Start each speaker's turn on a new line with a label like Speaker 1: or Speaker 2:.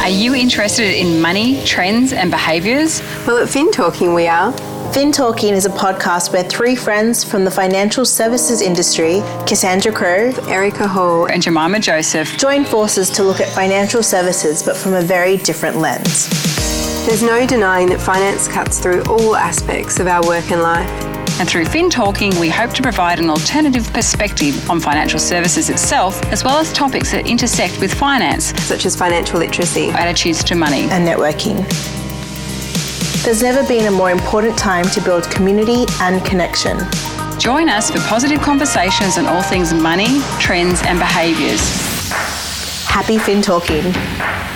Speaker 1: Are you interested in money, trends, and behaviours?
Speaker 2: Well, at Fin Talking, we are.
Speaker 3: Fin Talking is a podcast where three friends from the financial services industry, Cassandra Crow,
Speaker 2: Erica Hall.
Speaker 1: And Jemima Joseph.
Speaker 3: join forces to look at financial services but from a very different lens.
Speaker 2: There's no denying that finance cuts through all aspects of our work and life.
Speaker 1: And through Fin Talking, we hope to provide an alternative perspective on financial services itself, as well as topics that intersect with finance,
Speaker 2: Such as financial literacy.
Speaker 1: attitudes to money.
Speaker 3: and networking. There's never been a more important time to build community and connection.
Speaker 1: Join us for positive conversations on all things money, trends, and behaviours.
Speaker 3: Happy Fin Talking.